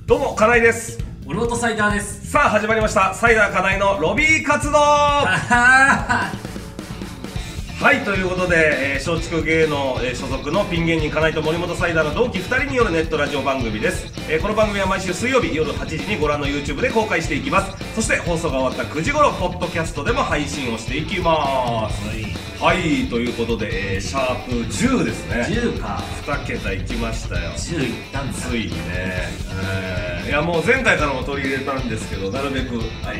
どうも、金井です。オルゴトサイダーですさあ、始まりました。サイダー金井のロビー活動はあい、ということで、えー、松竹芸能、えー所属のピン芸人金井と森本サイダーの同期2人によるネットラジオ番組です。えーこの番組は毎週水曜日夜8時にご覧の YouTube で公開していきます。そして放送が終わった9時頃、ポッドキャストでも配信をしていきます。はい、ということで、えーシャープ10ですね。 10か2桁いきましたよ。 10いったんだついにね、えーいやもう前回からも取り入れたんですけどなるべくあ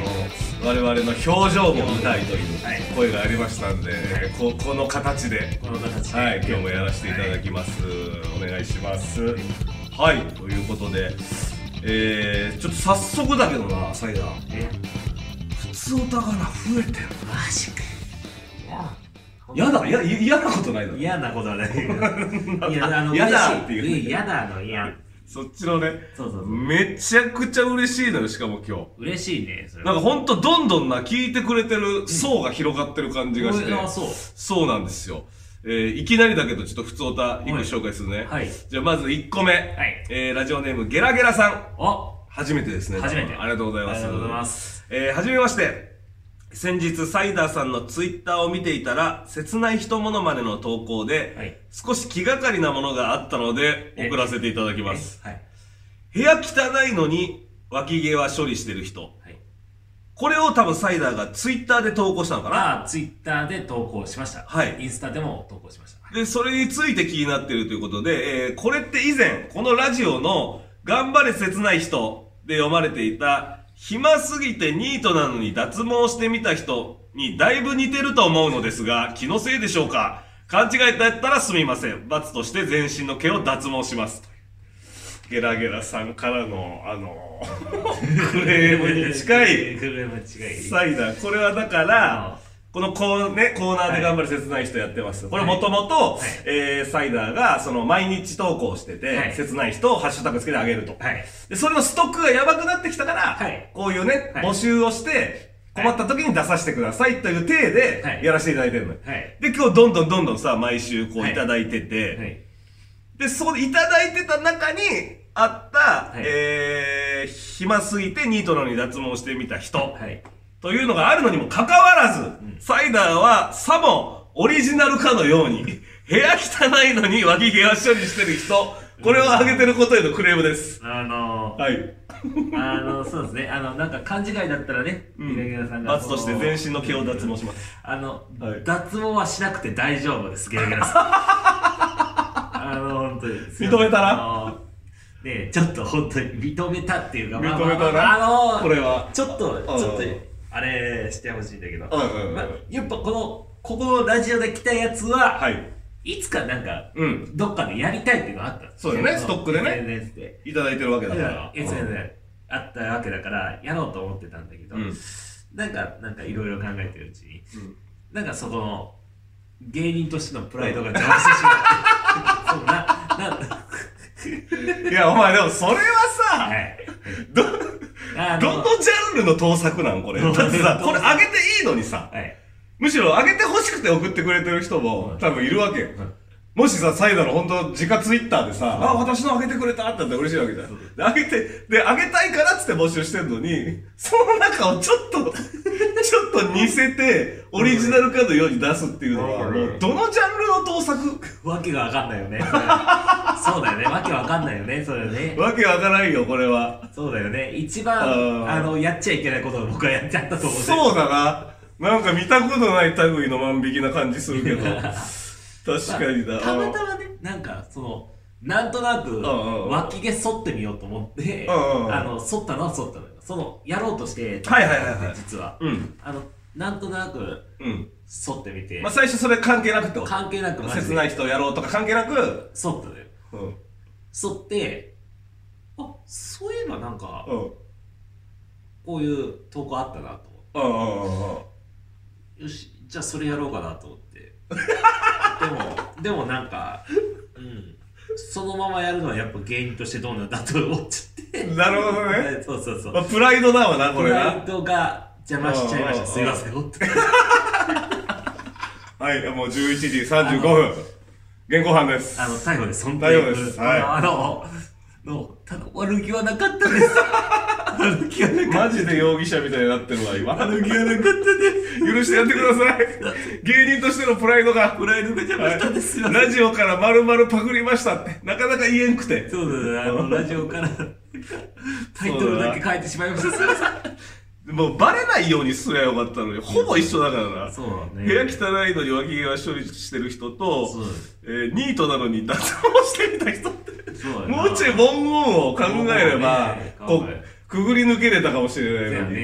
の我々の表情も見たいというはい声がありましたんで、ここの形で、この形ではい、今日もやらせていただきます、お願いしますはいということで、えー、ちょっと早速だけどなサイダーえ普通歌がな増えてるマジか嫌だや嫌なことないだろ嫌なことはないいやあの嫌だ嬉しっていうねん嫌だの嫌そっちのねそうそうそうめちゃくちゃ嬉しいのよしかも今日嬉しいねそれなんかほんとどんどんな聞いてくれてる層が広がってる感じがして、うんあそうそうなんですよ、えー、いきなりだけどちょっと普通歌一個はい紹介するね、はいじゃあまず1個目、いえー、ラジオネームゲラゲラさんお初めてですね初めてありがとうございますありがとうございますえー、はじめまして先日サイダーさんのツイッターを見ていたら切ない人モノマネの投稿で、はい少し気がかりなものがあったのでえ送らせていただきますはい部屋汚いのに脇毛は処理してる人はいこれを多分サイダーがツイッターで投稿したのかなまあツイッターで投稿しましたはいインスタでも投稿しましたで、それについて気になってるということで、えーこれって以前、このラジオの、頑張れ切ない人で読まれていた、暇すぎてニートなのに脱毛してみた人にだいぶ似てると思うのですが、気のせいでしょうか勘違いだったらすみません。罰として全身の毛を脱毛します。ゲラゲラさんからの、あの クレームに近い。 クレームに近いサイダー、これはだから、このコー,、ね、コーナーで頑張る切ない人やってます。これもともと、えーサイダーが、その、毎日投稿してて、はい切ない人をハッシュタグつけてあげると。はいで、それのストックがやばくなってきたから、はいこういうね、はい募集をして、はい困った時に出させてくださいという体はで、いやらせていただいてるのよ。はいで、今日どんどんどんどんさ、毎週こうはいいただいてて、はいで、そこでいただいてた中にあった、はいえー、暇すぎてニートなのに脱毛してみた人。はいというのがあるのにもかかわらず、サイダーはさもオリジナルかのよう に、部屋汚いのに脇毛を処理してる人、これを挙げてることへのクレームです。あのーはい。あの、そうですね。あの、なんか勘違いだったらね、うんゲラゲラさんが。罰として全身の毛を脱毛します。あの、はい脱毛はしなくて大丈夫です、ゲラゲ ラさん。あの、本当に。認めたらあのねえちょっと本当に認めたっていうか、まあ認めたなまああのこれはちょっと、ちうんょっと、あれしてほしいんだけど、うんうんうんまあ、やっぱこの、ここのラジオで来たやつは、はい。い、つかなんか、うんどっかでやりたいっていうのがあったんでそうだよねストックでね SNS で。いただいてるわけだだかからら。いつもね、あったわけだから、やろうと思ってたんだけど、うんなんか、なんかいろいろ考えてるうちに、んなんかそこの、芸人としてのプライドが邪魔してしまって、そう な、なんだ、いや、お前でもそれはさ、 はい。 ど、あどのジャンルの盗作なん これ。だってさ、これあげていいのにさ、はい。むしろあげて欲しくて送ってくれてる人も多分いるわけよ。もしさ、サイダーの本当自家ツイッターでさ、あ、私のあげてくれたってなったら嬉しいわけじゃん。であげて、で、あげたいからっつって募集してんのに、その中をちょっ と、ちょっと似せて、オリジナルカードように出すっていうのは、うんもう、どのジャンルの盗作わけがわかんないよね。それそうだよね。わけわかんないよね。それね。わけわからんよ、これは。そうだよね。一番、あーあの、やっちゃいけないことを僕はやっちゃったと思う。 そうだな。なんか見たことない類の万引きな感じするけ ど。確まあかにだ。たまたまねなんかそのなんとなくんうん脇毛剃ってみようと思って、うんうんあの剃ったのは剃ったのよそのやろうとしてはいはいはいはい実は、うん。あのなんとなくうん。剃ってみて、まあ、最初それ関係なくってこと関係なくマジ切でない人をやろうとか関係なく、剃ったのようん。うん。剃ってあそういえばなんかこういう投稿あったなと思うっんうんうんうん。てよしじゃあそれやろうかなと思って でもでもなんかうんそのままやるのはやっぱ芸人としてどうなんだと思っちゃってなるほどね。そうそうそうまあ、プライドだわな、こプれラなイ。ドが邪魔しちゃいました。すいません、本当に。はい、もう11時35分。現行犯です。あの、最後で、そんな大丈夫ですはいあの、の、ただ悪気はなかったです。悪気はなかマった。ジで容疑者みたいになってるわ、今。悪気はなかったです。許してやってください。芸人としてのプライドが。プライドが邪魔したんですよ。ラジオからまるまるパクりましたって、なかなか言えんくて。そうだね、あの、ラジオから、タイトルだけ変えてしまいました。すいませんもうバレないようにすりゃよかったのに、ほぼ一緒だからな。そうだね部屋汚いのに脇毛は処理してる人とそう、えーニートなのに脱毛してみた人って、そうだなもうちょい文言を考えれば、そうこだねう、くぐり抜けれたかもしれないのに。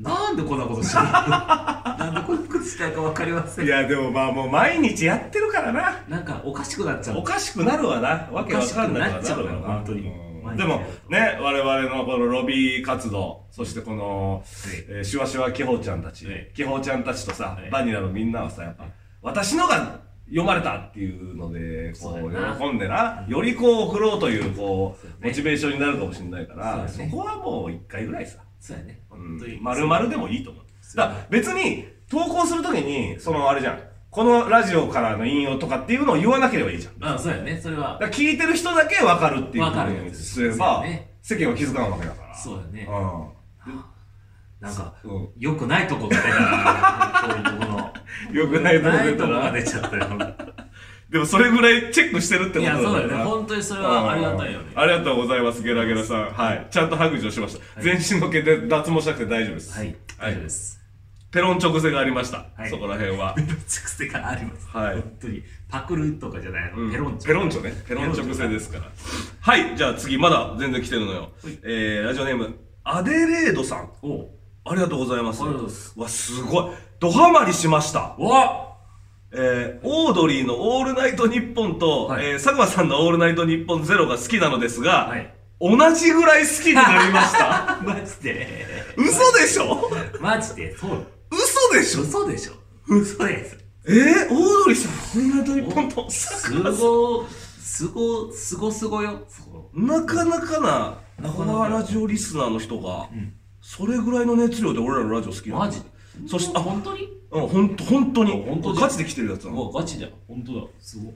だなんでこんなことしたのなんでこんなことしたのかわかりまうせん。いん。や、でもまあもう毎日やってるからな。なんかおかしくなっちゃおう。かしくなるわな。わけわかんなくおはかしなくなっちゃうるなわな。本当にうんでもね、我々のこのロビー活動、そしてこの、えー、シュワシュワキホちゃんたち、はいキホちゃんたちとさ、はいバニラのみんなはさ、やっぱ、私のが読まれたっていうので、こそうう、だよな喜んでな、よりこう送ろうという、こそうだよう、ねモチベーションになるかもしれないから、そうそだよねこはもう一回ぐらいさ、そうやね。うん当に丸々でもいいと思う。そうだから別に、投稿するときに、そのあれじゃん、このラジオからの引用とかっていうのを言わなければいいじゃん。あそうやねそれだはから聞いてる人だけ分かるっていう分かるふうにすれそうば、だね世間は気づかんわけだから。そうだねなんかうん。うん良くないとこが出たなこういうとこのよくないとこ良出くたないとこがら。出ちゃったよでもそれぐらいチェックしてるっていことやそうだよよね本当にそれはありがたいよねありがとうございます、ゲラゲラさん。はい。ちゃんと白状しました。全身の毛で脱毛しなくて大丈夫です。はい大丈夫ですペロン直性がありました。はいそこら辺はめ。んどくさくせがありますはい本当にパクるとかじゃないうん のペロンチョペロンチョね。ペロン直性ですから。はい。じゃあ次、まだ全然来てるのよはい。えー、ラジオネーム、アデレードさん。おありがとうございます。ありがとうございますわ、すごい。ドハマりしました。おあえー、オードリーの「オールナイトニッポンと」はいえー佐久間さんの「オールナイトニッポンゼロが好きなのですが、はい同じぐらい好きになりました マジで嘘でしょマジでそう嘘でしょ嘘でしょ嘘ですえー、オードリーさん「オールナイトニッポンと」す佐久間さごすごすごすごよそんなかなかななコかなかアラジオリスナーの人が、んそれぐらいの熱量で俺らのラジオ好きうなのマジそしてああ本当にうんほんと本当にあ本当だガチで来てるやつなのうわガチだよ本当だすごい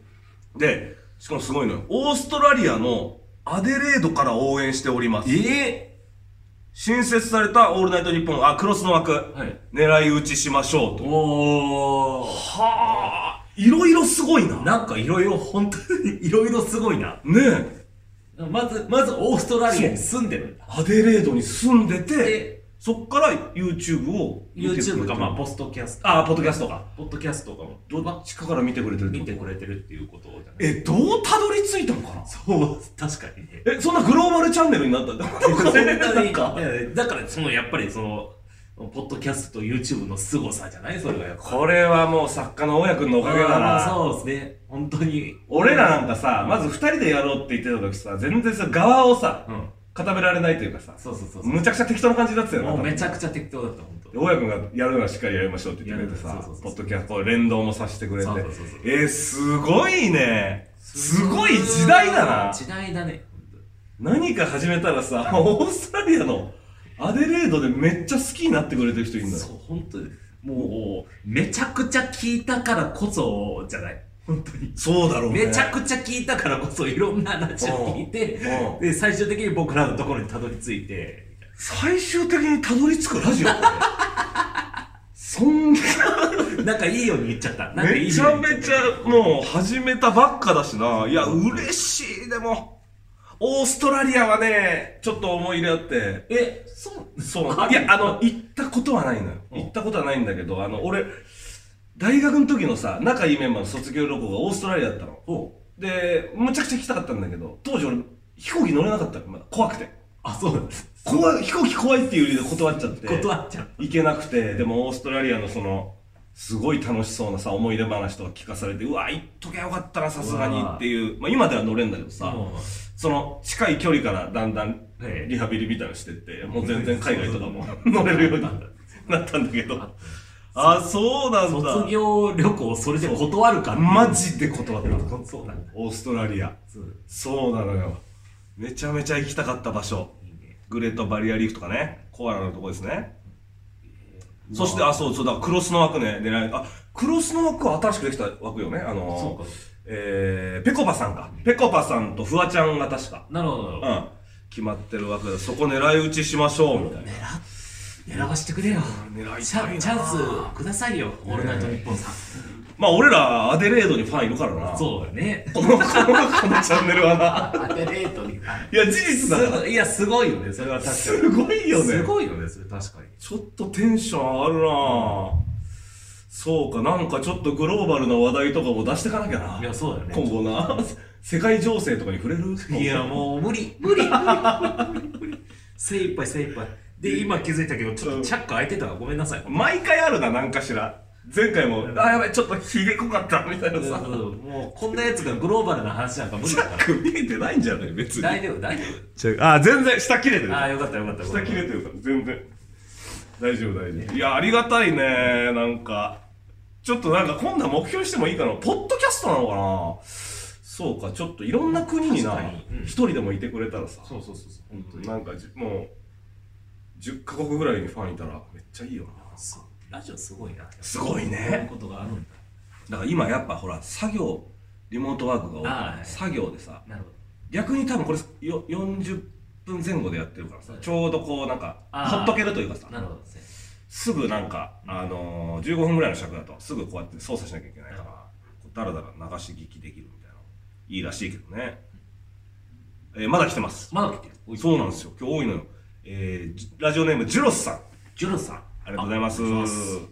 でしかもすごいのよオーストラリアのアデレードから応援しておりますえ新設された「オールナイトニッポン」あクロスの枠、えはい狙い撃ちしましょうと。おおはあ、いろいろすごいな。ねなんかいろいろ本当にいろいろすごいなえ、まずまずオーストラリアに住んでるんだアデレードに住んでてで、そっから YouTube を見てくれてる YouTube かまあポストキャストああ、ポッドキャストか。ポッドキャストとかもどっちかから見てくれてるって見ことてくれてるっていうことじゃないえ、どうたどり着いたのかなそう確かにねえ、そんなグローバルチャンネルになったんだ。本当になんか、いやいやだからそのやっぱりそのポッドキャストと YouTube の凄さじゃないそれがやっぱ これはもう作家の大家君のおかげだあーな。そうですね本当に俺らなんかさ、まず二人でやろうって言ってた時さ、全然さ、側をさう、ん固められないというかさ、そうそうそうそうむちゃくちゃ適当な感じになってたよな。もう多分めちゃくちゃ適当だった本当大家君がやるのはしっかりやりましょうって言ってくれていさやそうそう、そポうッドキャストを連動もさせてくれてそうそうそうそう。えー、すごいね。すごい時代だな。時代だね本当に何か始めたらさ、オーストラリアのアデレードでめっちゃ好きになってくれてる人いるんだよそ。う、本当に。もう、めちゃくちゃ聞いたからこそ、じゃない。本当に。そうだろめちゃくちゃ聞いたからこそ、いろんな話を聞いてうんうん、で、最終的に僕らのところにたどり着いて、みた最い終的にたどり着くラジオそんな、ななんかいいように言っちゃった。 なんかいいめちよゃうに言めっちゃっゃもう始めたばっかだしな。いや、嬉しい、でも。オーストラリアはね、ちょっと思い入れあって。た。え、そう、そうあいや、あの、行ったことはないのよ。うん行ったことはないんだけど、あの、俺、大学の時のさ、仲いいメンバーの卒業旅行がオーストラリアだったの。おうで、むちゃくちゃ行きたかったんだけど、当時俺、飛行機乗れなかったの、まだ怖くて。あ、そうなんです。怖い、飛行機怖いっていう理由で断っちゃ って。断っちゃう。行けなくて、でもオーストラリアのその、すごい楽しそうなさ、思い出話とか聞かされて、うわ、行っときゃよかったな、さすがにっていう。まあ今では乗れんだけどさ、うんその近い距離からだんだんええリハビリみたいなのしてって、もう全然海外とかも乗れるようになったんだけど。あ、そうなんだ。卒業旅行、それで断るかっていうマジで断った。そうなんだ。オーストラリア。そうそうなのよ。めちゃめちゃ行きたかった場所。いいね。グレートバリアリーフとかね。コアラのとこですね。わそして、あ、そうそうだ、クロスの枠ね、狙い、あ、クロスの枠は新しくできた枠よね。あのーそうか。えー、ぺこぱさんが、ぺこぱさんとフワちゃんが確か、なるほど。うん、決まってるわけで、そこ狙い撃ちしましょう、みたいな。狙わしてくれよ。狙いたいなチャチャンスくださいよ、オールナイトニッポンさん。まあ、俺ら、アデレードにファンいるからな。そうだね。この、この、このチャンネルはな。アテレートに。いや、事実だから。いや、すごいよね、それは確かに。すごいよね。すごいよね、それ確かに。ちょっとテンション上がるなぁ。そうか、なんかちょっとグローバルな話題とかも出してかなきゃな。いや、そうだよ今後ね。な。世界情勢とかに触れるいや、もう無理、無理、無理、無理、無理。精一杯、精一杯。で、今気づいたけど、ちょっとチャック開いてたわ。ごめんなさい。毎回あるな、なんかしら。前回も、あ、やばい、ちょっとひげ濃かった、みたいなそうさそ。うもうこんなやつがグローバルな話なんか無理だから。見えてないんじゃない別に。大丈夫、大丈ちょあ、全然、下切れて夫。る。ああ、よかった、よかった。下切れてるから、全然。大丈夫、大丈夫。いや、ありがたいね、なんか。ちょっとなんか、今度は目標にしてもいいかな。ポッドキャストなのかなそうか、ちょっといろんな国にな確かにうん、一人でもいてくれたらさ、そうそうそうそう。本当に。なんかじ、もう、10カ国ぐらいにファンいたら、めっちゃいいよな。そうラジオすごいな。すごいそういうね。ことがあるんだ。だから今やっぱほら、作業、リモートワークが多いかあーら、作業でさ、なるほ逆に多分これよ40分前後でやってるからさ、ちょうどこうなんか、あーほっとけるというかさど。、なるほどですね。すぐなんか、あのー、15分ぐらいの尺だとすぐこうやって操作しなきゃいけないから、こうだらだら流し聞きできるみたいな。いいらしいけどね。えーまだ来てます。まだ来てる。そうなんですよ。今日多いのよ。えーじラジオネーム、ジュロスさん。あジュロさん。ありがとうございますありがとうございます。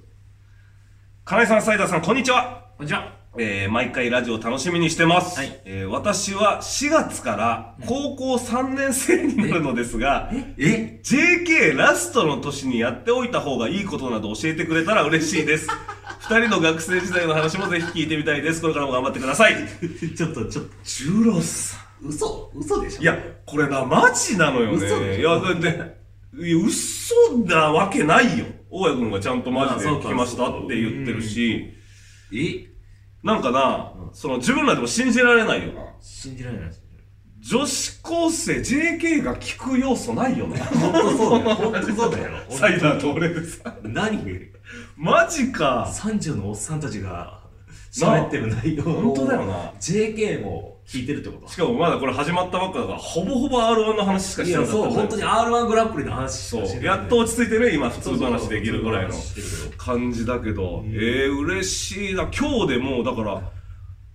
金井さん、サイダーさん、こんにちは。こんに ちは。えー毎回ラジオ楽しみにしてます。はいえー私は4月から高校3年生になるのですが、え JK ラストの年にやっておいた方がいいことなど教えてくれたら嬉しい です。二人の学生時代の話もぜひ聞いてみたいです。これからも頑張ってください。ちょっと、ちょっと、ジュロスさ嘘嘘でしょん。いや、これな、マジなのよ嘘でね。しいょや、だって、いや嘘なわけないよ。大家君がちゃんとマジであそうか聞きましたって言ってるし、えなんかな、その自分らでも信じられないよな。信じられないですね。女子高生 JK が聞く要素ないよな。本当そうだよ。本当そうだよ。 サイダーと俺でさ。何マジか。 30のおっさんたちが喋ってる内容を本当だよな JK も聞いてるってこしかもまだこれ始まったばっかだから、ほぼほぼ R1 の話しとかしいてなやかったそう本当に R1 グランプリの話しそかうしてないやっと落ち着いてね、今普通の話できるぐらいのそうそうそう普通の話してるけ感じだけど、えー、嬉しいな。今日でもうだから、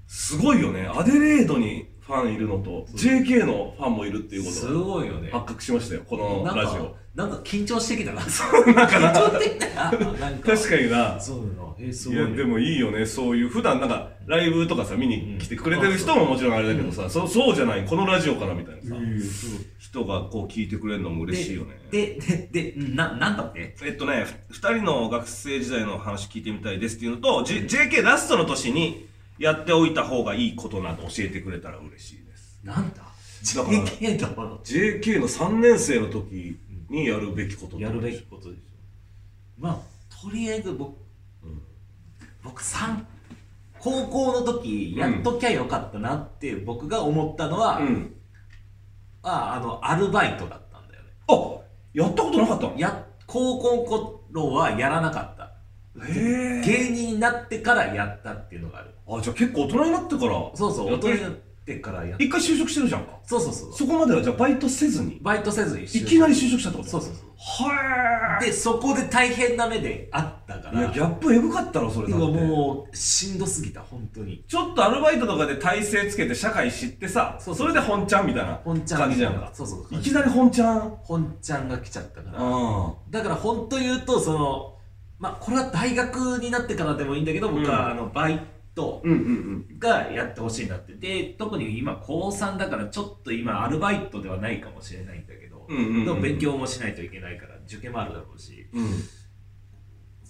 すごいよね。アデレードにファンいるのと、JK のファンもいるっていどすうこごいよねとを発覚しましたよ、このなんラジかオ。なんか緊張して きたななんかな、緊張してきたななんか確かにな。そうだなえーすいごいや、ねでもいいよね、そういう。普段なんか、ライブとかさ、見に来てくれてる人ももちろんあれだけどさ、そうそうじゃない、このラジオからみたいなさ、うんそう人がこう聞いてくれるのも嬉しいよね。でででななんだってえっとね、ふ二人の学生時代の話聞いてみたいですっていうのと、J- JK ラストの年にやっておいた方がいいことなど教えてくれたら嬉しいです。なんだだから JK だわ JK の3年生の時にやるべきことってやるべきことでしょまあとりあえず僕、僕3高校の時やっときゃよかったなって僕が思ったのは、うん。ああのアルバイトだったんだよねあやったことなかったのや高校の頃はやらなかったへえ。芸人になってからやったっていうのがあるあ、じゃあ結構大人になってから。そうそうや大って人になってからやっ一回就職してるじゃんか。そうそうそうそこまではじゃあバイトせずに、バイトせずにいきなり就職したってことそうそうそうはでそこで大変な目であったかい。いや、らギャップエグかったろ、それだうって。わもうしんどすぎた本当にちょっとアルバイトとかで体勢つけて社会知ってさ、そそうそうれで本ちゃんみたいな本感ちゃんじじゃんか。そうそういきなり本ちゃん。本ちゃんが来ちゃったからあだから本当言うとそのまあこれは大学になってからでもいいんだけど僕はうんあのバイトうんうんうん。がやってほしいなってで特に今高3だからちょっと今アルバイトではないかもしれないんだけど、うんうんうんでも勉強もしないといけないから受験もあるだろうしうん。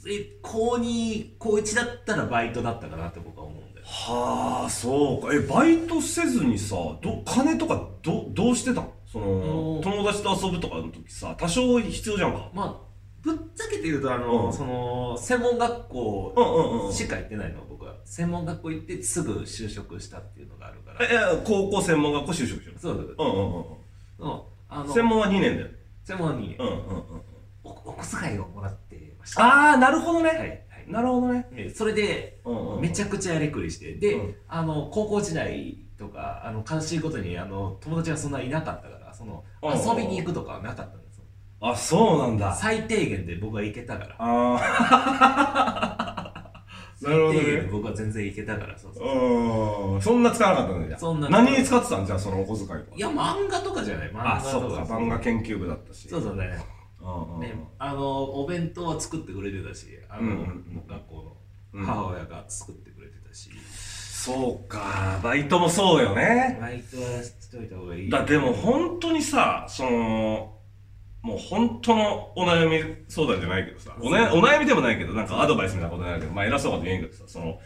え高2高1だったらバイトだったかなって僕は思うんだよはあ、そうか。え、バイトせずにさ、ど、金とかど、どうしてたのそおのー、友達と遊ぶとかの時さ、多少必要じゃんか。まあぶっちゃけて言うとあの、うんその専門学校うんうんうん。しか行ってないの僕は専門学校行ってすぐ就職したっていうのがあるからえ、え高校専門学校就職しろ。そうだそううんうんうんだうんあうん。の専門は2年だよ。専門にうんうんうん。おお小遣いをもらってましたああ、なるほどね。はいはいなるほどね。えそれでうんうんめちゃくちゃやりくりしてで、うんあの高校時代とかあの悲しいことにあの友達がそんないなかったからそのうんうん遊びに行くとかはなかったんですよあ、そうなんだ。最低限で僕は行けたからあ あ。なるほど最低限でね。僕は全然行けたからそうそううん。そんな使わなかったんだじゃあそんな何に使ってたんじゃあ、そのお小遣いはいや漫画とかじゃない漫画あ、とそっか。漫画研究部だったし。そうそうねうんうんねあのお弁当は作ってくれてたしあの、うんうんうん学校うんの母親が作ってくれてたし、そうか。バイトもそうよね。バイトはしといた方がいいだでも本当にさそのもう本当のお悩み相談じゃないけどさお,、ね、お悩みでもないけどなんかアドバイスみたいなことになるけどまあ偉そうなこと言えんけどさその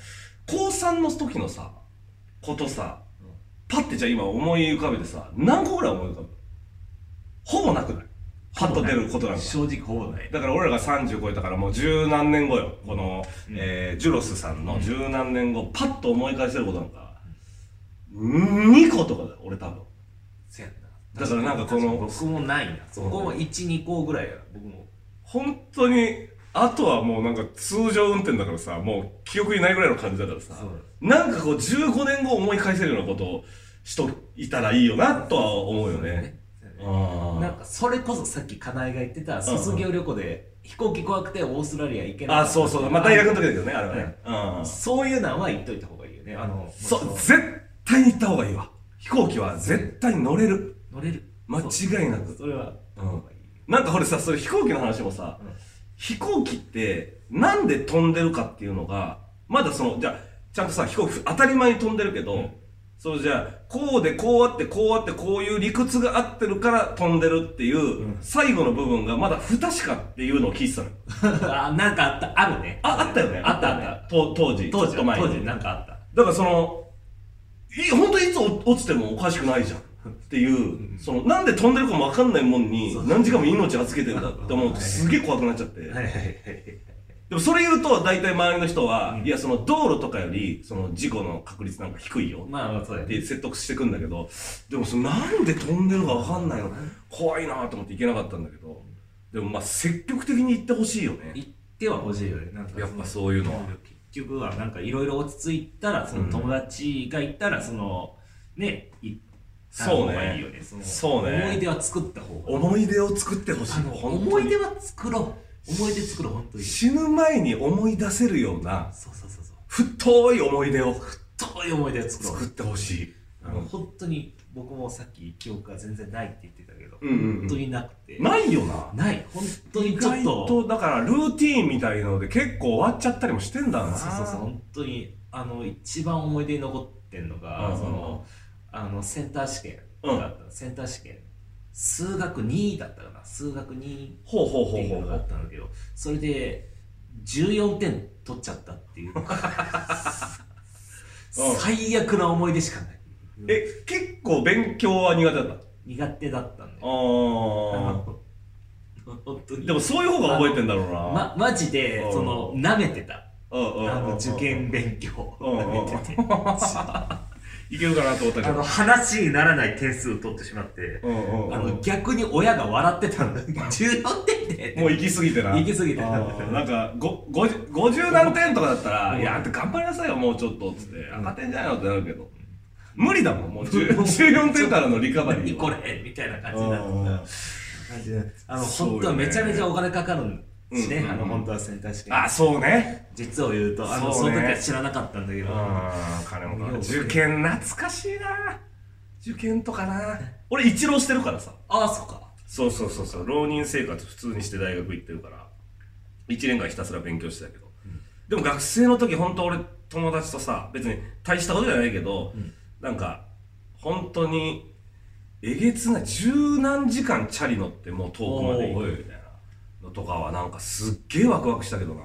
高3の時のさことさパッてじゃあ今思い浮かべてさ何個ぐらい思い浮かぶほぼなくないパッと出ることなんか正直ほぼないだから俺らが30超えたからもう十何年後よこの、うんえージュロスさんの十何年後パッと思い返せることなんか2個とかだよ俺多分。せやんなだからなんかこの僕もないなそこも12個ぐらいや僕も本当にあとはもうなんか通常運転だからさもう記憶にないぐらいの感じだからさそうなんかこう15年後思い返せるようなことをしといたらいいよなとは思うよね。そうやねなあんかそれこそさっき金井が言ってたんうん卒業旅行で飛行機怖くてオーストラリア行けなあいあそうそうまあ大学の時だけどねあれはね。うんそういうのは言っといた方がいいよねあのそもうう絶対に行った方がいいわ飛行機は絶対に乗れる乗れる間違いなそうくそれはうんなんか俺さそれ飛行機の話もさ、うん飛行機ってなんで飛んでるかっていうのがまだそのじゃあちゃんとさ飛行機当たり前に飛んでるけど、そのじゃあこうでこうあってこうあってこういう理屈が合ってるから飛んでるっていう、ん最後の部分がまだ不確かっていうのを聞いてたのよあなんかあったあるねああったよねあったあったあったと当時ちょ当時っと前に当時なんかあっただからその、い、本当にいつ落落ちてもおかしくないじゃん。っていう、その、なんで飛んでるかもわかんないもんに、何時間も命預けてるんだって思うとすげえ怖くなっちゃって。はいはいはいでもそれ言うと、大体周りの人は、うんいや、その道路とかより、その事故の確率なんか低いよ。まあまあそうやっねて説得してくんだけど、でもその、なんで飛んでるかわかんないよ。怖いなと思って行けなかったんだけど、でもまあ積極的に行ってほしいよね。行ってはほしいよねなんかやっぱそういうのは。結局はなんかいろいろ落ち着いたらその友達がいたらそのね行った方がいいよねそのそうね思い出は作った方がいい思い出を作ってほしいあ。の本当に思い出は作ろう思い出作ろう本当にそう死ぬ前に思い出せるようなそうそうそう太い思い出を遠い思い出を作ろ作うってほしい、あの本当に僕もさっき記憶が全然ないって言ってたけどうんうんうん本当になくてないよなない本当に意ちょっ外ととだからルーティーンみたいので結構終わっちゃったりもしてんだなそうそうそう本当にあの一番思い出に残ってんのが、うんそのあのセンター試験うんだったの、センター試験数学2だったかな数学2っほうほうてほういほううのがあったんだけどそれで14点取っちゃったって いう最悪な思い出しかないえ結構勉強は苦手だったあ苦手だったんだよああの 本当にでもそういう方が覚えてんだろうな、ま、マジでうんその舐めてたうんうんうんあの受験勉強うん舐めてていけるかなと思ったけあどの、話にならない点数を取ってしまって、うんうんうんあの、逆に親が笑ってたんだ。14点で。もう行き過ぎてな行き過ぎてあーなんかごごじ50何点とかだったら「いやあんた頑張りなさいよもうちょっと」っつって「赤点じゃないの?」ってなるけど無理だもんもう10 14点からのリカバリ何ーこはれみたいな感じになってうんた感じで。あの、そうよね本当はめちゃめちゃお金かかるんしうんねう。んあの、本当はセンター試験。あそうね実を言うと、あの、そそうのね時は知らなかったんだけうんど。金もかかる受験懐かしいな受験とかな俺一浪してるからさああ、そっか。そうそうそうそう浪人生活普通にして大学行ってるから1年間ひたすら勉強してたけど、でも学生の時本当俺友達とさ別に大したことじゃないけど、なんか本当にえげつない十何時間チャリ乗ってもう遠くまで行くみたいなのとかはなんかすっげえワクワクしたけどな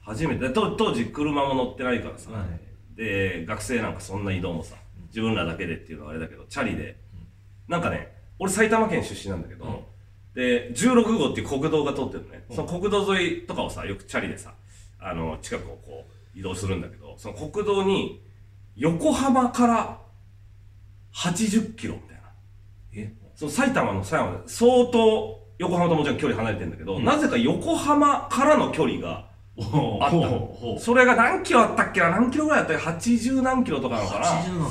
初めてと当時車も乗ってないからさ、はいで学生なんかそんな移動もさ自分らだけでっていうのはあれだけどチャリでなんかね俺埼玉県出身なんだけど、で16号っていう国道が通ってるのね、その国道沿いとかをさよくチャリでさあの近くをこう移動するんだけどその国道に横浜から80キロみたいなえその埼玉の狭山で相当横浜ともちろん距離離れてんだけど、なぜか横浜からの距離がおあったのほそれが何キロあったっけな何キロぐらいあったっけ ?80 何キロとかなのかな80なんだ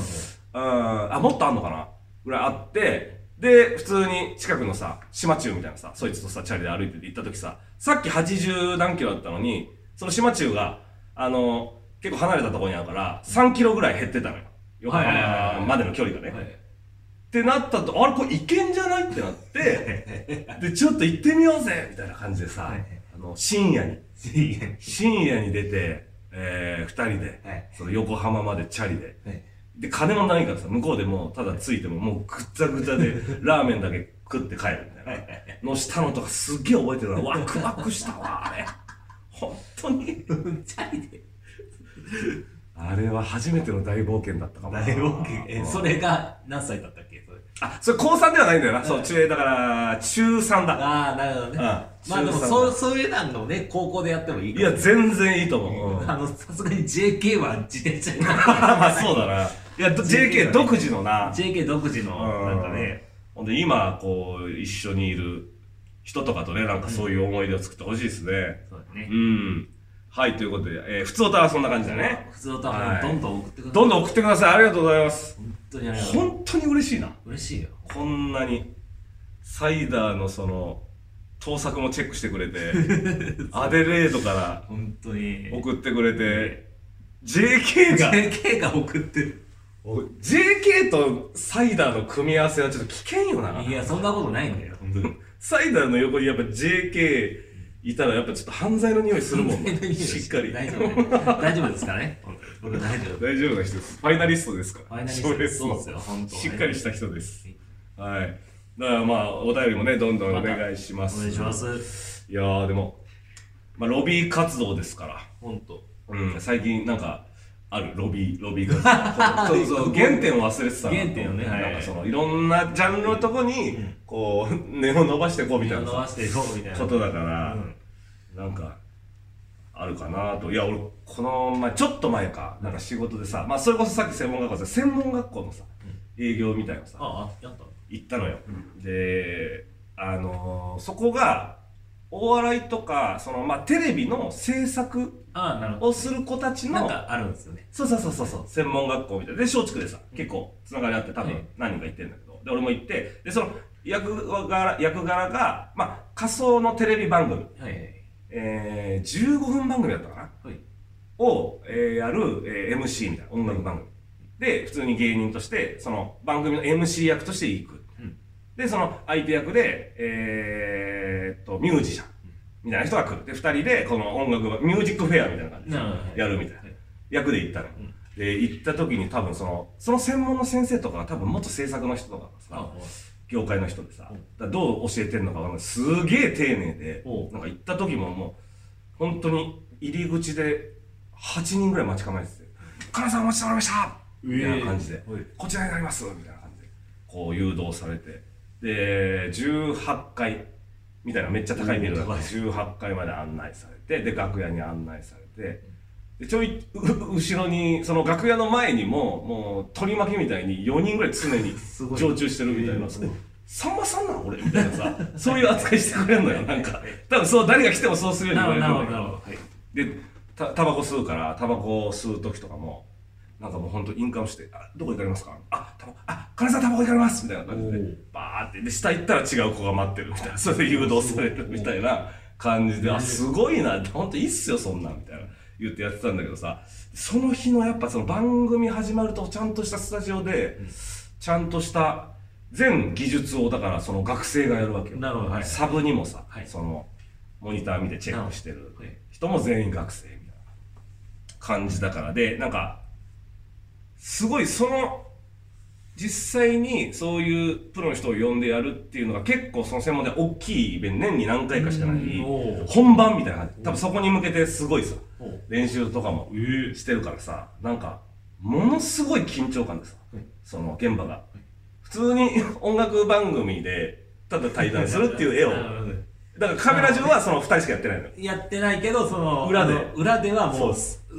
うん、あ、もっとあんのかなぐらいあって、で、普通に近くのさ、島中みたいなさ、そいつとさ、チャリで歩いてて行った時さ、さっき80何キロだったのに、その島中が、あの、結構離れたところにあるから、3キロぐらい減ってたのよ。横はいはいはいは浜いまでの距離がね。はいってなったと、あれこれいけんじゃないってなって、で、ちょっと行ってみようぜみたいな感じでさ、はいはいあの、深夜に、いや深夜に出て、えー、二人で、はいその横浜までチャリで、はいで、金もないからさ、向こうでもう、ただついても、もうぐっちゃぐちゃで、ラーメンだけ食って帰るみたいな。のしたのとかすっげえ覚えてるから、ワクワクしたわ、あれ。本当に。 チャリであれは初めての大冒険だったかもな。大冒険えうんそれが何歳だったっけそれあ、それ高3ではないんだよな。そう、中、だから、中3だ。ああなるほどねうんまあでも中三そうそういうなんのね高校でやってもいいいかもや、全然いいと思う。うん あのさすがに JK は自転車に乗っまあそうだな。いや、ど JK 独自のな。 JK 独自のなんかねほんで今、こう、一緒にいる人とかとね、なんかそういう思い出を作ってほしいですね。そうだうねん。はい、ということで、えー、普通歌はそんな感じだね。普通とはもうどんどん送ってくださいどんどん送ってください。ありがとうございます。本当にありがとう本当に嬉しいな。嬉しいよこんなに、サイダーのその、盗作もチェックしてくれ て、アデレードか本当にら送ってくれて、JK が、 JK が送ってる JK とサイダーの組み合わせはちょっと危険よな。いやそんなことないんだよ本当にサイダーの横にやっぱ JK いたらやっぱちょっと犯罪の匂いするもんなしっかり。大大丈夫大丈夫ですかね僕大丈夫フ丈夫な人です。ファイナリストですかァイナら。リス賞トレースそうのですよ本当しっかりした人です。はい。だからまあ、お便りもね、どんどんお願いします。お願いしま。すいやー、でも、まあ、ロビー活動ですから。本当うん、最近なんか、あるロビー、ロビーが そうそう、原点を忘れてたな原点をねはいなんかその、いろんなジャンルのとこに、こう、根を伸ばしてこうみたいな伸さばしていこうみたいなことだから、うんなんかあるかなといや俺この前ちょっと前かなんか仕事でさ、まあ、それこそさっき専門学校で専門学校のさ、営業みたいなのさああやった行ったのよ、であのーそこがお笑いとかその、まあ、テレビの制作ああなるほをする子たちどなんのかあるんですよねそうそうそうそうそう専門学校みたいなで松竹でさうん結構つながりあって多う分ん何人か行ってんだけどで俺も行ってでその役柄役柄が、まあ、仮想のテレビ番組はいはいえー、15分番組だったかなはいを、えーやる、えー MC みたいな音楽番組、で普通に芸人としてその番組の MC 役として行く、うんでその相手役でえー、っとミュージシャンみたいな人が来るで2人でこの音楽番ミュージックフェアみたいな感じでなるほどやるみたいな役で行ったの、うんで行った時に多分そのその専門の先生とかが多分元制作の人とかさ、あ業界の人でさ、うんだからどう教えてんのかわかんないすげえ丁寧でおうなんか行った時ももう本当に入り口で8人ぐらい待ち構えてて「金さんお待ちしておりました!」みたいな感じで、はいこちらになります!」みたいな感じでこう誘導されてで18階みたいなめっちゃ高いビルだったうん18階まで案内されてで楽屋に案内されてでちょいう後ろにその楽屋の前にももう取り巻きみたいに4人ぐらい常にすごい常駐してるみたいな。さんまさんなの俺みたいなさ、そういう扱いしてくれんのよ、なんか。多分そう、誰が来てもそうするようにな言わるほれてどなるる んほだけどどなるほどはいでたタバコ吸うからタバコを吸う時とかもなんかもうほんとインカムして「あどこ行かれますかあタバコあ金さんタバコ行かれます」みたいな感じおでうバーってで下行ったら違う子が待ってるみたいな それで誘導されるみたいな感じで「あすごいなほんといいっすよそんなん」みたいな言ってやってたんだけどさその日のやっぱその番組始まるとちゃんとしたスタジオで、ちゃんとした全技術をだからその学生がやるわけよなるほどはいサブにもさ、はいそのモニター見てチェックしてるはい人も全員学生みたいな感じだからでなんかすごいその実際にそういうプロの人を呼んでやるっていうのが結構その専門で大きいイベント年に何回かしかないうんおう本番みたいな感じ多分そこに向けてすごいさおう練習とかもしてるからさなんかものすごい緊張感でさはいその現場が普通に音楽番組でただ対談するっていう絵を なるほどだからカメラ上はその2人しかやってないのよやってないけどその裏であの裏ではもうそうっすう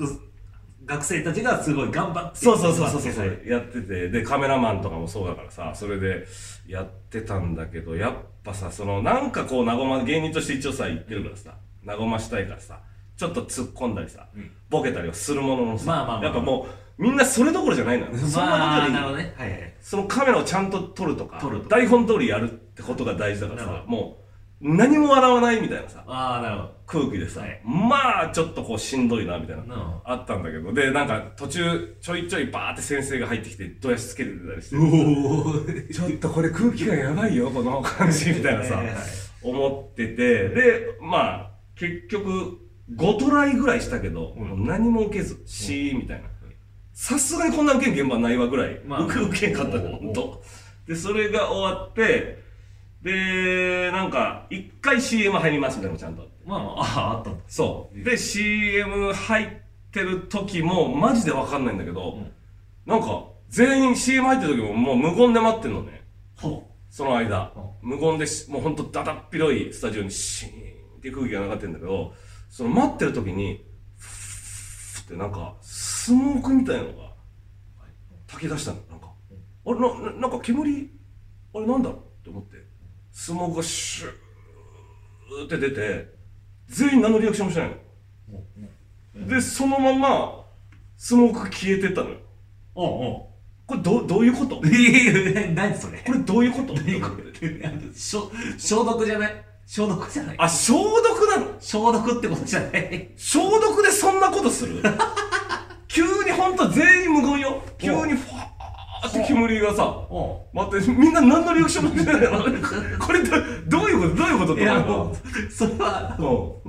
学生たちがすごい頑張ってそうそうそうそうそう頑張ってやっててでカメラマンとかもそうだからさそれでやってたんだけどやっぱさそのなんかこう和ま芸人として一応さ言ってるからさ和ましたいからさちちょっと突っ込んだりさ、うんボケたりはするもののさ、まあまあまあやっぱもう、みんなそれどころじゃないのよ。そんなことで まあいいなるほどねはいはいそのカメラをちゃんと撮るとか撮るとか台本通りやるってことが大事だからなるさもう何も笑わないみたいなさああなるほ空気でさ、はいまあちょっとこうしんどいなみたいな、なるほどあったんだけどでなんか途中ちょいちょいバーって先生が入ってきてどやしつけてたりしてどおおちょっとこれ空気がやばいよこの感じみたいなさ、はいはいはい思っててでまあ結局5トライぐらいしたけど、うんもう何も受けずしーみたいなさすがにこんな受けん現場ないわぐらい、まあ受け受けんかったのおうおうほんとでそれが終わってでなんか一回 CM 入りますみたいなのちゃんとまあまああああったんだそうで CM 入ってる時もマジでわかんないんだけど、うんなんか全員 CM 入ってる時ももう無言で待ってんのねほその間う、無言でし、もうほんとだだっ広いスタジオにシーンって空気が流れてんだけど、その待ってる時に、ふってなんか、スモークみたいなのが炊き出したの。なんか、あれ、な、ななんか煙、あれなんだろうって思って、スモークがシューって出て、全員何のリアクションもしないの。で、そのまま、スモーク消えてったのよ。おおこれどう、どういうことこうえ何それれどういうこと何これあのしょ消毒じゃない消毒じゃないあ、消毒なの消毒ってことじゃない消毒でそんなことす る急にほんと全員無言よ急にファーって煙がさおお待ってみんな何のリアクションもしないのこれどどういうことどういうこといどやういうもこう それはと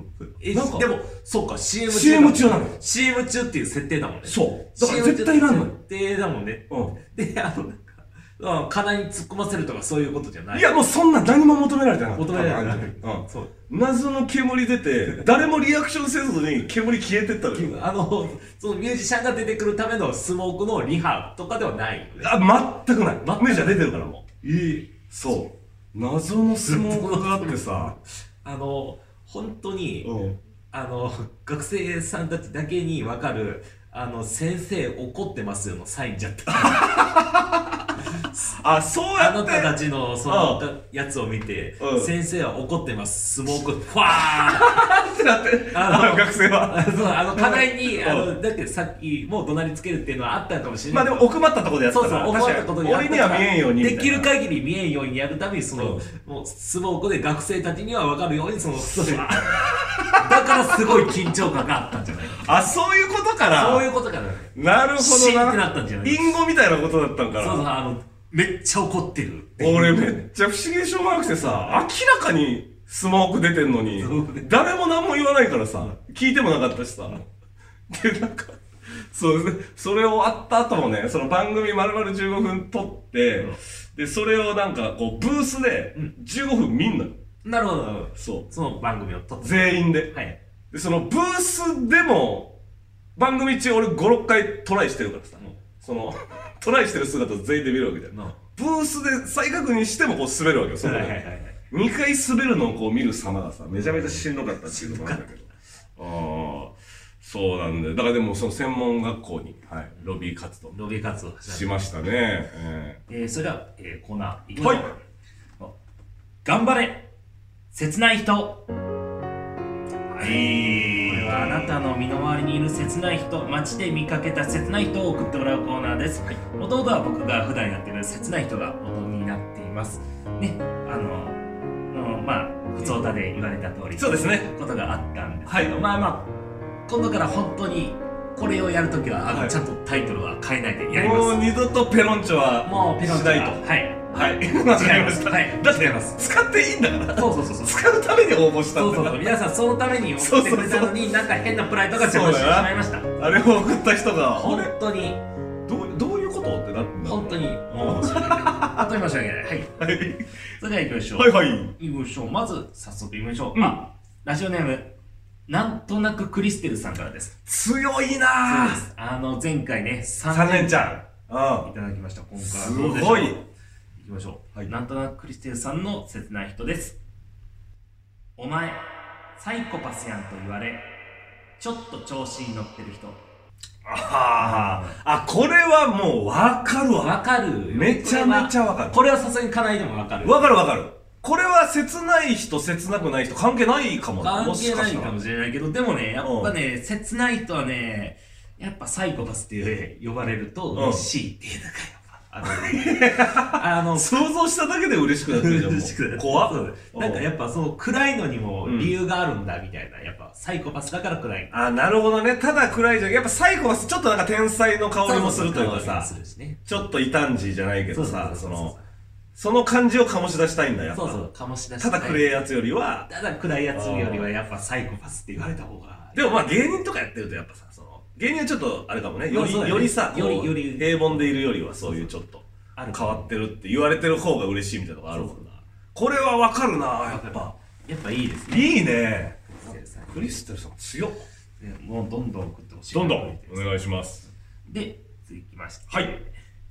えなんかでもそうかう CM ん中 CM 中なのよ CM 中っていう設定だもんねそうだから絶対いらんのよ CM 中っていう設定だもんねうであのなんかうん金に突っ込ませるとかそういうことじゃないいやもうそんな何も求められてない求められないうんそう謎の煙出て誰もリアクションせずに煙消えてったのよあのそのミュージシャンが出てくるためのスモークのリハとかではないよねあ全くない全くメジャー出てるからもういいそう謎のスモークがあってさあの本当に、うんあの学生さんたちだけに分かるあの先生怒ってますよのサインじゃったあそう あやなってたたちのそのやつを見て、うん先生は怒ってますスモークファーってなって、あのあの学生は。 あのあの課題にあうのだってさっきもう怒鳴りつけるっていうのはあったのかもしれまないあでも奥まったとこでやってそたうそかう、ら、思ったこと確かに俺には見えんようにみたいでな。きる限り見えんようにやるために、その、うんもう、スモークで学生たちには分かるよう に、その、だからすごい緊張感があったんじゃないあ、そういうことから。そういうことかな。なるほシーンっどてなな。ったんじゃないリンゴみたいなことだったんかそうら。そう、あの、めっちゃ怒ってる。俺めっちゃ不思議でしょうがなくてさ、明らかにスモーク出てんのにそうね、誰も何も言わないからさ、聞いてもなかったしさ。で、なんか、そうですね。それ終わった後もね、その番組丸々15分撮って、で、それをなんかこう、ブースで15分見んのよ。なるほどなるほど、そその番組を撮っう。て。全員で。はい。で、そのブースでも、番組中俺5、6回トライしてるからさ、その、 トライしてる姿全員で見るわけじゃん。のブースで再確認してもこう滑るわけよ、そこはいはいはいで。はい。 2回滑るのをこう見る様がさ、めちゃめちゃしんどかったっていうのもあるんだけど。ああ、そうなんだよ。だからでもその専門学校に、はい、ロビー活動ロビー活動をし始めましたね。えたえー、それでは、えー、コーナー行えきましょう。頑張れ切ない人はい。これはあなたの身の回りにいる切ない人街で見かけた切ない人を送ってもらうコーナーです、はい弟は僕が普段やってる切ない人が元になっていますねあののまあ普通歌で言われた通りそうですねことがあったんですけど、はいまあまあ今度から本当にこれをやるときはあの、はいちゃんとタイトルは変えないでやりますもう二度とペロンチョは、もうペロンチしョながいと。はい はい。わかりました。はいだって違います使っていいんだから。そうそうそうそう使うために応募したそんうだそうかそうら。皆さんそのために送ってくれたのになんか変なプライドが邪魔してしまいましたあれを送った人が、あ本れ当にどうどういうことってなってんだ本当にもう本当に申し訳ないはいそれでは行きましょうはいはいはい。行きましょうまず早速行きましょうう、んあラジオネームなんとなくクリステルさんからです強いそうなでぁ。すあの前回ね3 3年年ちゃん。いただきましたう今ん。回はすどうでしょうごい。行きましょう、はいなんとなくクリステルさんの切ない人ですお前サイコパスやんと言われちょっと調子に乗ってる人ああ、あ、これはもうわかるわ。わかるよめちゃめちゃわかるこれはこれはさすがに家内でもわかるわかるわかる。これは切ない人切なくない人関係ないかも関係ないしかもしれないけど、でもね、やっぱね、切ない人はね、やっぱサイコパスって呼ばれると嬉しいっていうのがやっぱ、 あの、あの、想像しただけで嬉しくなってるじゃんもう嬉しくなる怖そうなんかやっぱその暗いのにも理由があるんだみたいな、やっぱサイコパスだから暗い。あなるほどねただ暗いじゃんやっぱサイコはちょっとなんか天才の香りもするというかさそうそうそう香りもするしねちょっと異端児じゃないけそどうそうさそそうそうのその感じを醸し出したいんだよそうそう、醸し出したただ暗いやつよりはただ暗いやつよりはやっぱサイコパスって言われた方が。でもまあ芸人とかやってるとやっぱさその芸人はちょっとあれかもねよまありそうだねよりさこうよりより平凡でいるよりはそういうちょっとある変わってるって言われてる方が嬉しいみたいなのがあるもんなこれはわかるなやっぱやっぱいいですね。いいねですねクリステルさん強っもうどんどん送ってほしい。どんどんお願いしますで、続きまして、はい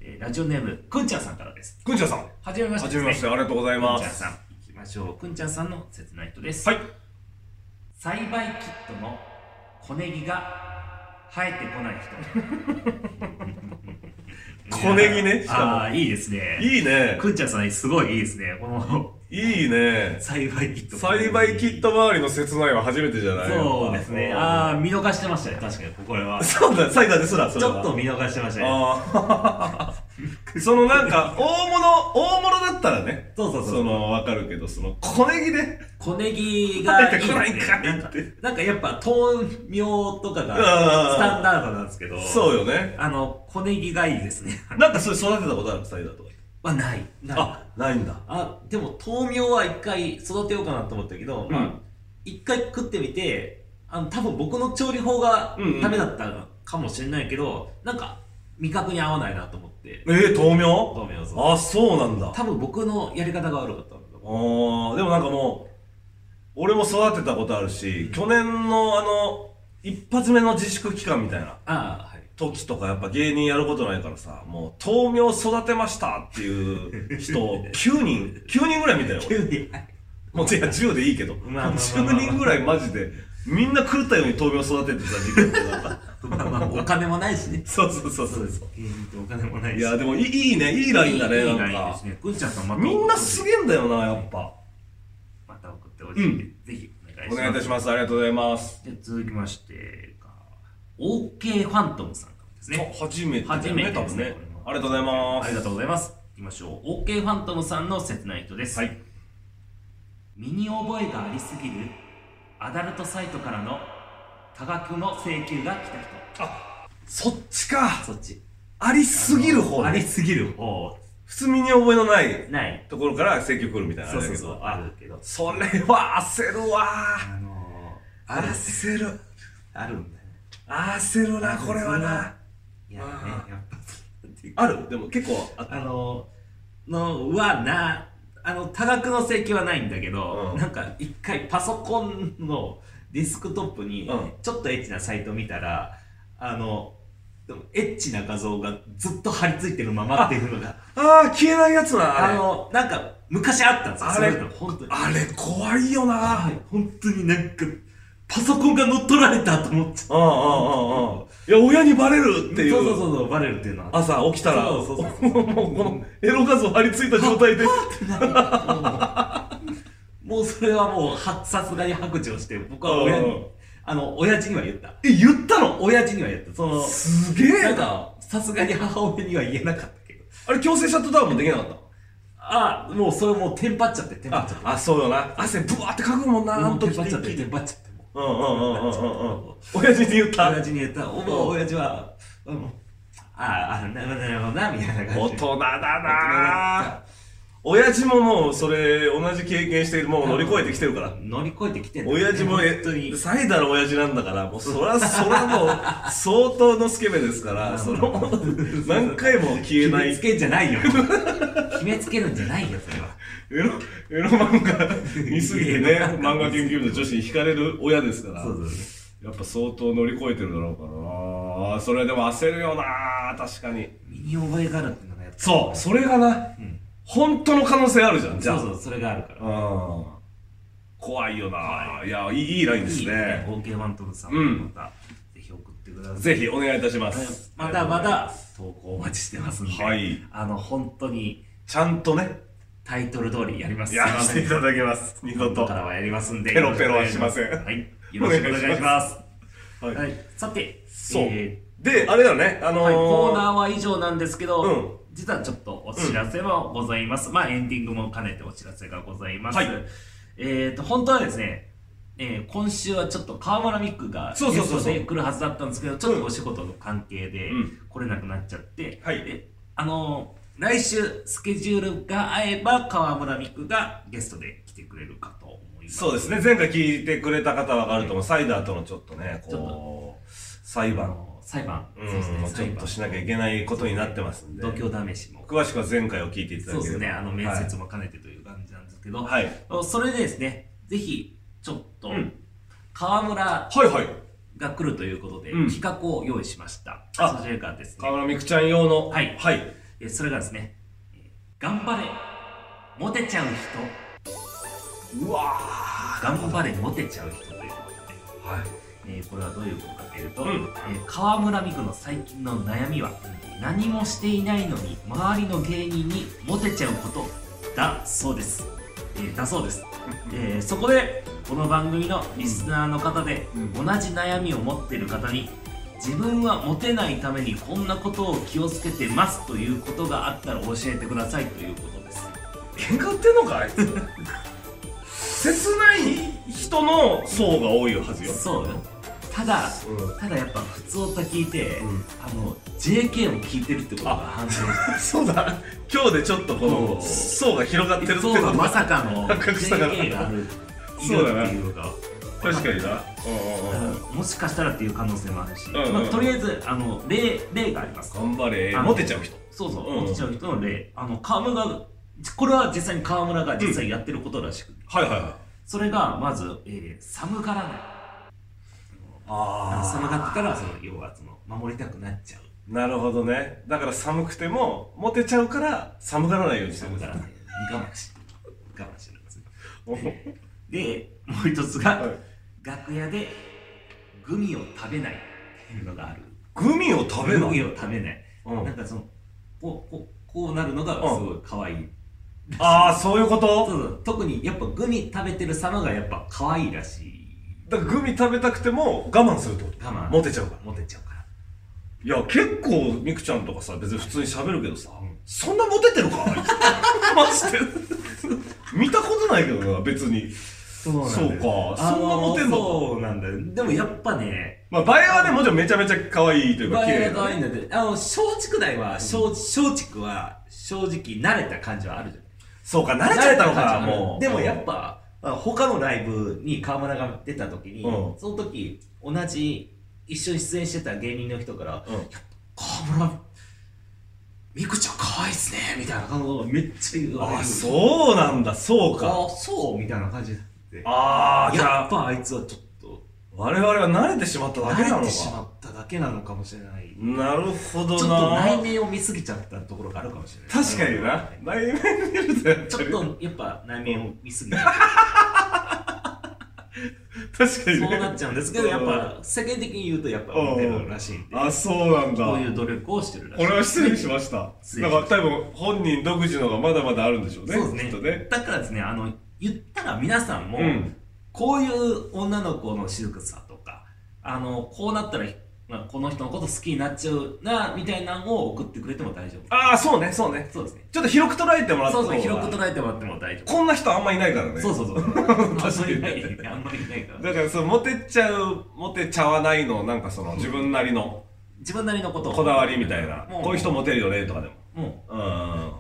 えーラジオネーム、くんちゃんさんからです。くんちゃんさんはじめましてはじですね、めましてありがとうございくんまちゃんすさん、いきましょう。くんちゃんさんの切ない人です。はい栽培キットの小ネギが生えてこない人。 小ネギねしあかあー、いいですね。もいいねくんちゃんさん、すごいいいですね。このいいね栽培キット。栽培キット周りの切ないは初めてじゃないそうですね。ああ、見逃してましたね。確かに、これはあ。そうだサイダーですらそちれょはっと見逃してましたね。ああ そのなんか大物大物だったらねそうそうそうそのわかるけどその小ネギで小ネギがいいで生えてすねこないんかいなんかってなんかやっぱ豆苗とかがうんスタンダードなんですけどそうよねあの小ネギがいいですね なんかそれ育てたことあるサイダーとかはないないあないんだあでも豆苗は一回育てようかなと思ったけど、うんまあ一回食ってみてあの多分僕の調理法がうんうんダメだったかもしれないけど、なんか味覚に合わないなと思ってえー、豆苗豆苗そうあそうなんだあ多分僕のやり方が悪かったんだと思うーでもなんかもう俺も育てたことあるし、去年のあの一発目の自粛期間みたいなあ あはい時とかやっぱ芸人やることないからさもう豆苗育てましたっていう 人9人9人ぐらい見たよ俺急にはいもういや10でいいけど、まあまあまあ10人ぐらいマジでみんな狂ったように豆苗育ててた時期だったから まあまあお金もないしねそうそうそうそうそ芸人ってお金もないうしいやでもいいいいねいいラインだねいいなんラインでかすね。くんちゃんさんまたみんなすげえんだよなやっぱまた送ってほしいんで、ぜひお願いします。お願いいたしますありがとうございますで続きましてが、OK ファントムさんからですね。あ初めてだよね初めてですね多分これもありがとうございますありがとうございます。いきましょう。OK ファントムさんの切ない人です。はい身に覚えがありすぎるアダルトサイトからの多額の請求が来た人。そっちかそっち。ありすぎる方あねりすぎる方。普通身に覚えのないない。ところから請求来るみたいなあそれうだけそうどそう。あるけど。それは焦るわあのー、ある焦るあるんだよね。焦るなこれはないやね、あやっ ぱそうなんていうかあるでも結構あったあの、のはな、あの、多額の請求はないんだけど、うんなんか一回パソコンのディスクトップにうん、ちょっとエッチなサイト見たら、あの、でもエッチな画像がずっと貼り付いてるままっていうのが、ああ消えないやつなあ あれの、なんか昔あったんですよ、あそれういうの、本当に。あれ怖いよなはい本当になんか、パソコンが乗っ取られたと思っちゃうんうんうんうんいや親にバレるう。っていうそうそうそうそう、バレるっていうのは。朝起きたらそうそうそうもうこのエロ画像貼り付いた状態でもうそれはもうはさすがに白状して僕は親うんにあの親父には言ったえ言ったの親父には言ったそのすげなえんかさすがに母親には言えなかったけどあれ強制シャットダウンもできなかったああもうそれもうテンパっちゃってテンパっちゃってあそうよな汗ブワーってかくもんなあものうテ時ンパっちゃってテてンパっちゃってうもうんうんうんうんうんうん親父に言った親父に言ったおもう親父はあのああなるほどなるほどなみたいな大感じで人だだな親父ももうそれ同じ経験してもう乗り越えてきてるから乗り越えてきてんだよね親父もえ本当にサイダーの親父なんだからもうそらそらもう相当のスケベです からその何回も消え決 なめいつけんじゃないよ決めつけるんじゃないよそれはエロエロ漫画見すぎてね 漫画研究部の女子に惹かれる親ですからそうそうそうやっぱ相当乗り越えてるだろうからなそれでも焦るよな確かに身に覚えがあるっていうのがやっぱそうそれがな、本当の可能性あるじゃんじゃあそうそうそれがあるからうん怖いよな、い、やいいいいラインですね OK ワントムさんうんまた、ぜひ送ってくださいぜひお願いいたします、またまた投稿お待ちしてますんで、はいあの本当にちゃんとねタイトル通りやります。やすいらませせてんいただきます。二度今と。からはやりますんで。ペロペロはしませんはい。よろしくお願いしまおす。願いしますははいい。さて、そうえで、あれだよね、あーのはい、ーコーナーは以上なんですけど、うん実はちょっとお知らせもございます。まあ、エンディングも兼ねてお知らせがございます。はいえっ、と、本当はですね、えー今週はちょっと川村ミックがそうそうそうそうゲストで来るはずだったんですけど、ちょっとお仕事の関係でうん来れなくなっちゃって、はいであのー来週スケジュールが合えば川村ミックがゲストで来てくれるかと思います。そうですね、前回聞いてくれた方はわかると思う。サイダーとのちょっとね、ちょっこう、裁あ判、の裁判、うんそうですね、ちょ裁っ判としなきゃいけないことになってますんで。度胸試しも。詳しくは前回を聞いていただけれそばうですね、あの面接も。も兼ねてという感じなんですけど、はい。それでですね、ぜひ、ちょっとうん、河村はいはい。が来るということで、うん企画を用意しました。あそれがです河ね、村美空ちゃん用の。はいはい。えそれがですね、え頑張れ、モテちゃう人、うわー。頑張れ、モテちゃう人ということはで、い。えーこれはどういうことかというと、うんえー川村美空の最近の悩みは何もしていないのに周りの芸人にモテちゃうことだそうです、えーだそうです、えーそこでこの番組のリスナーの方で、うん同じ悩みを持っている方に自分はモテないためにこんなことを気をつけてますということがあったら教えてくださいということです喧嘩売ってんのかあいつ切ない人の層が多いはずよ。そうよただうん。ただやっぱ普通歌聞いて、うんあの JK を聞いてるってことが 判明したそうだ今日でちょっとこおのう層が広がってるってそうこがとまさかの格差が JK があるいそうるだなっていうのが確かになうんうんうんうんもしかしたらっていう可能性もあるし、うんうんまあ、とりあえずあの例例があります頑張れあモテちゃう人そうそううんうん落ちちゃう人の例あの川村がこれは実際に川村が実際やってることらしく、はいはいはいそれがまず、えー寒がらないあの寒あがってたらその要はその守りたくなっちゃうあなるほどねだから寒くてもモテちゃうから寒がらないようにしてる寒がらない我慢して我慢してるんですよおはいでもう一つが、楽屋でグミを食べないっていうのがある グミを食べなグいミを食べない、うんなんかそのこうこうこうなるのがすごい可愛い、ああそういうこそとうそう特にやっぱグミ食べてる様がやっぱ可愛いらしいだからグミ食べたくても我慢するってこと我慢モテちゃうからモテちゃうからいや結構みくちゃんとかさ別に普通に喋るけどさ、うんそんなモテてる かあいつマジで見たことないけどな別にそうなんだよそうかそんなモテんのかそうなんだよでもやっぱねまあ、バエはね、もちろんめちゃめちゃ可愛いというか、綺麗前がな可ね。愛いんだってあの松竹大は松松竹は正直慣れた感じはあるじゃんそうか、慣れちゃったのか、慣れた感じはあるもう。でもやっぱ、まあ他のライブに川村が出た時に、うんその時同じ一緒に出演してた芸人の人からうん。 「川村みくちゃん可愛いっすね」みたいな感じをめっちゃ言われるあ、そうなんだ、そうか。あそうみたいな感じであー、じゃやっあ、ぱあいつはちょっと我々は慣れてしまっただけな慣れのてしまか。っただけなのかもしれないなるほどちょっと内な。面を見すぎちゃったところがあるかもしれない確かにな。内面見るとやっぱちょっり。とやっぱ内面を見すぎちゃった確かにそうなねっ。ちゃうんですけど、やっぱ世間的に言うとやっぱモテるらしいんで、あ、そうなんだこう。いう努力をしてるらしい。俺は失礼しました。失な礼んしかま多分本人独自のがまだまだあるんでしょうね。そうきでっすとねね。だからですね、あの、言ったら皆さんも、うんこういう女の子の静かさとか、あの、こうなったら、まあ、この人のこと好きになっちゃうな、みたいなのを送ってくれても大丈夫。ああ、そうね、そうね。そうですね。ちょっと広く捉えてもらったそ方うがそう、広く捉えてもらっても大丈夫。こんな人あんまいないからね。そうそう そう。あんまりいない、あんまりいないから。だからそのモテちゃうモテちゃわないのなんかその自分なりの自分なりのことをこだわりみたいなもこういう人モテるよねとかでももう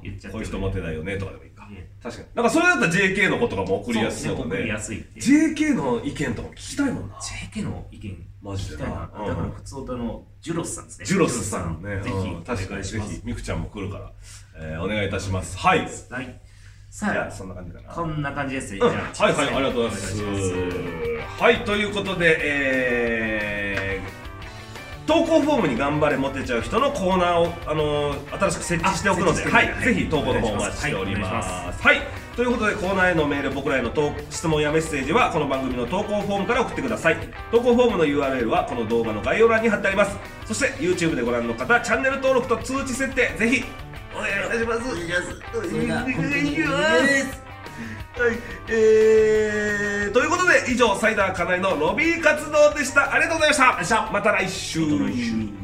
ん言っちゃってこういう人モテないよねとかでもいいかうん確かになんかそれだったら JK のことがもうう、送りやすそうだそうですね送りやねすいってい JK うの意見とかも聞きたいもんな JK の意見マジで聞きたいな、うんだから普通歌のジュロスさんですねジュロスさんねジュうロんスさん確ぜひおか願にいしぜまひすみくちゃんも来るからえーお願いいたしますはいじはいゃあさそんな感じかあなこんな感じですね、じゃあはいはい、ありがとうございますお願いしま。はい、ということで、えー、投稿フォームに頑張れモテちゃう人のコーナーを、あのー新しく設置しておくので、あ設置してくれてはい、はいぜひ投稿の方お待ちしております。はいお願いはい、ということでコーナーへのメール、僕らへの投質問やメッセージは、この番組の投稿フォームから送ってください。投稿フォームの URL は、この動画の概要欄に貼ってあります。そして、YouTube でご覧の方、チャンネル登録と通知設定、ぜひ、お願い願いします。いしますそれがお願いし本当ますにいいですはい、えー、ということで以上サイダーかなえのロビー活動でしたありがとうございましたまた来週また来週